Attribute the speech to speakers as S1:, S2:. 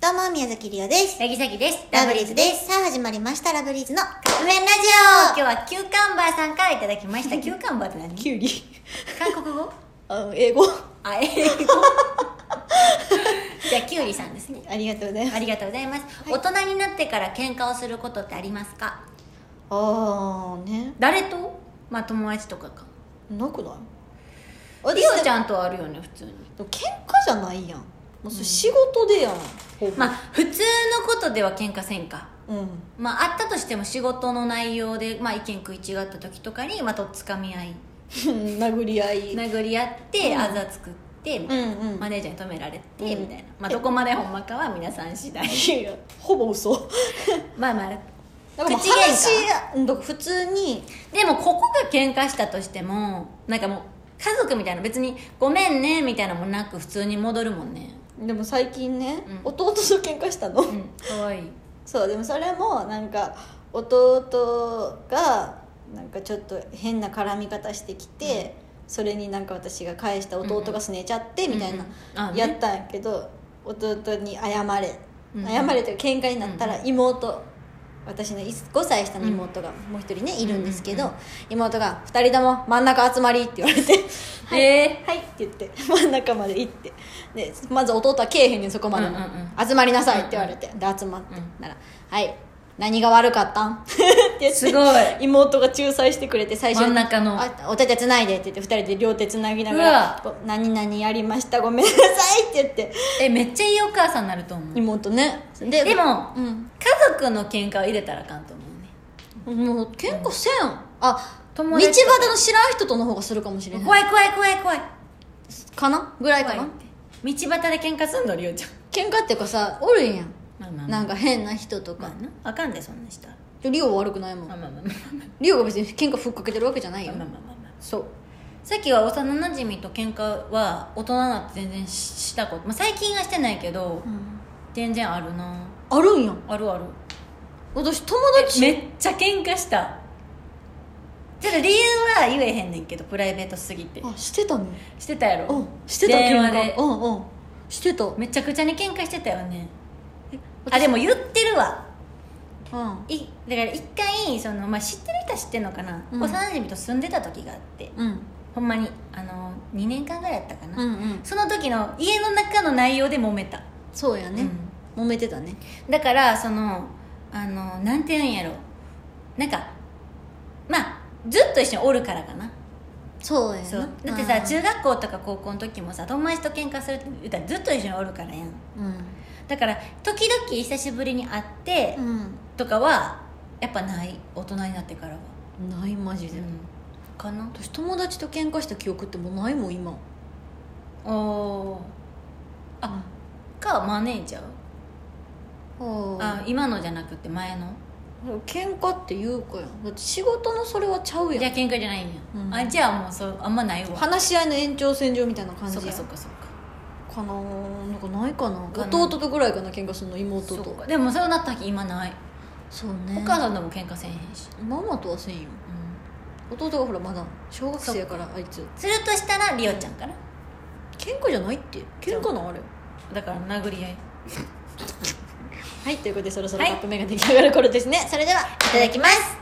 S1: どうも、宮崎りおです。
S2: ヤギサギです。
S1: ラブリーズです。さあ、始まりました、ラブリーズの革命ラ
S2: 今
S1: ジ
S2: 日はキューカンバーさんからいただきま した。キューカンバーって何
S1: オきゅうり。
S2: 韓国語
S1: あ英語。
S2: あ、英語。じゃあ、キュウリさんですね。
S1: ありがとうござい
S2: あ
S1: ます。
S2: りがとうございます。大人になってから喧嘩をすることってありますか
S1: あーね。
S2: 誰とまあ、友達とかか。
S1: なくない
S2: リオちゃんとはあるよね、普通に。
S1: でも喧嘩じゃないやん。もうそれ仕事でやん。ほぼ
S2: まあ、普通のことでは喧嘩せんか。
S1: うん。
S2: まあ、あったとしても仕事の内容で、まあ、意見食い違った時とかに、まあ、とっつかみ合い。
S1: 殴り合い。
S2: 殴り合って、あざ作って、みたいな
S1: うんうん
S2: マネージャーに止められて、
S1: うん
S2: みたいな、まあ、どこまでほんまかは皆さん次第
S1: いやいや、ほぼ嘘。
S2: まあまあ
S1: なんかもう
S2: 口喧嘩
S1: 話が、うんだから普通に、
S2: でもここが喧嘩したとしてもなんかもう家族みたいな別に「ごめんね」みたいなのもなく普通に戻るもんね
S1: でも最近ね、
S2: うん
S1: 弟と喧嘩したの、
S2: うんかわいい
S1: そうでもそれもなんか弟がなんかちょっと変な絡み方してきて、それになんか私が返した弟がすねちゃってみたいな、
S2: うんうんあね
S1: やったんやけど弟に謝れ、
S2: うん
S1: 謝れという喧嘩になったら
S2: う
S1: 妹、私の5歳下の妹がもう一人ねいるんですけど、妹が「2人とも真ん中集まり」って言わ れて「
S2: はいえ
S1: はい」って言って 真ん中まで行ってでまず弟はけえへんねんそこまでも、
S2: うんうん
S1: 集まりなさいって言われて、で集まって、
S2: うん
S1: なら「はい何が悪かったん? 」 って言って
S2: す ごい
S1: 妹が仲裁してくれて最初
S2: 真ん中の
S1: あお手手つないで」って言って2人で両手つなぎなが
S2: う
S1: ら
S2: わ
S1: 「こう何々やりましたごめんなさい」って言って
S2: えめっちゃいいお母さんになると思う家
S1: 妹ねで
S2: でも
S1: うん、
S2: 族の喧嘩を入れたらあかんと思うね
S1: もう喧嘩せん、あ道
S2: 友
S1: 端
S2: 達とか
S1: の知らん人との方がするかもしれない
S2: 怖い怖い怖い怖い
S1: かなぐらい
S2: 怖
S1: か
S2: い
S1: な
S2: って道端で喧嘩すんのりおちゃん
S1: 喧嘩っていうかさおるんやん、
S2: まあま
S1: なんか変な人とか
S2: まあ、なあかんでそんな人は
S1: リオは悪くないもん、
S2: まあまあまあまあ
S1: リオが別に喧嘩ふっかけてるわけじゃないよ、
S2: まあまあまあまあまあ
S1: そう
S2: さっきは幼なじみと喧嘩は大人になって全然ししたこと、まあ、最近はしてないけど、全然あるな
S1: あるんやん
S2: あ るある
S1: 私友達
S2: めっちゃ喧嘩したちょっと理由は言えへんねんけどプライベートすぎて
S1: あしてたの
S2: してたや
S1: う
S2: ろ
S1: んしてた
S2: 電話
S1: 喧嘩
S2: で
S1: うんうんしてたうん
S2: めちゃくちゃに喧嘩してたよね
S1: 私
S2: あでも言ってるわいだから一回その、まあ、知ってる人は知ってんのかな、
S1: うん
S2: 幼なじみと住んでた時があって
S1: うん
S2: ほんまにあの2年間ぐらいやったかな、
S1: うんうん
S2: その時の家の中の内容で揉めた
S1: そうやね、揉めてたね
S2: だからそのあのなんて言うんやろなんかまあずっと一緒におるからかな
S1: そうやな
S2: そうだってさ中学校とか高校の時もさ友達と喧嘩するって言ったらずっと一緒におるから
S1: う
S2: やん
S1: ん
S2: だから時々久しぶりに会って
S1: うん、
S2: とかはやっぱない大人になってからは、
S1: ないマジで、
S2: かな
S1: 私友達と喧嘩した記憶ってもうないもん今
S2: おおあかマネージャーあ
S1: あ
S2: 今のじゃなくて前の
S1: 喧嘩って言うかやんだって仕事のそれはちゃう
S2: じゃ
S1: や
S2: あ
S1: ん
S2: 喧嘩じゃないんや、
S1: うん
S2: あじゃあもうそうあんまないわ
S1: 話し合いの延長線上みたいな感じ
S2: そ
S1: や
S2: っ
S1: ん
S2: かそっかそっ
S1: か
S2: か
S1: なーなんかないかな
S2: かな
S1: 弟とぐらいかな喧嘩するの妹
S2: そ
S1: と
S2: うかでもそうなった時今ない、
S1: そうね
S2: お母さんとも喧嘩せえへんし、
S1: ママとはせんよ弟がほらまだ小学生やからあいつ
S2: するとしたらリオちゃんかな
S1: 喧嘩じゃないって喧嘩なんあれ
S2: だから殴り合いい
S1: はいということでそろそろ
S2: は
S1: カ
S2: い
S1: ップ麺が出来上がる頃ですね、それではい
S2: ただきます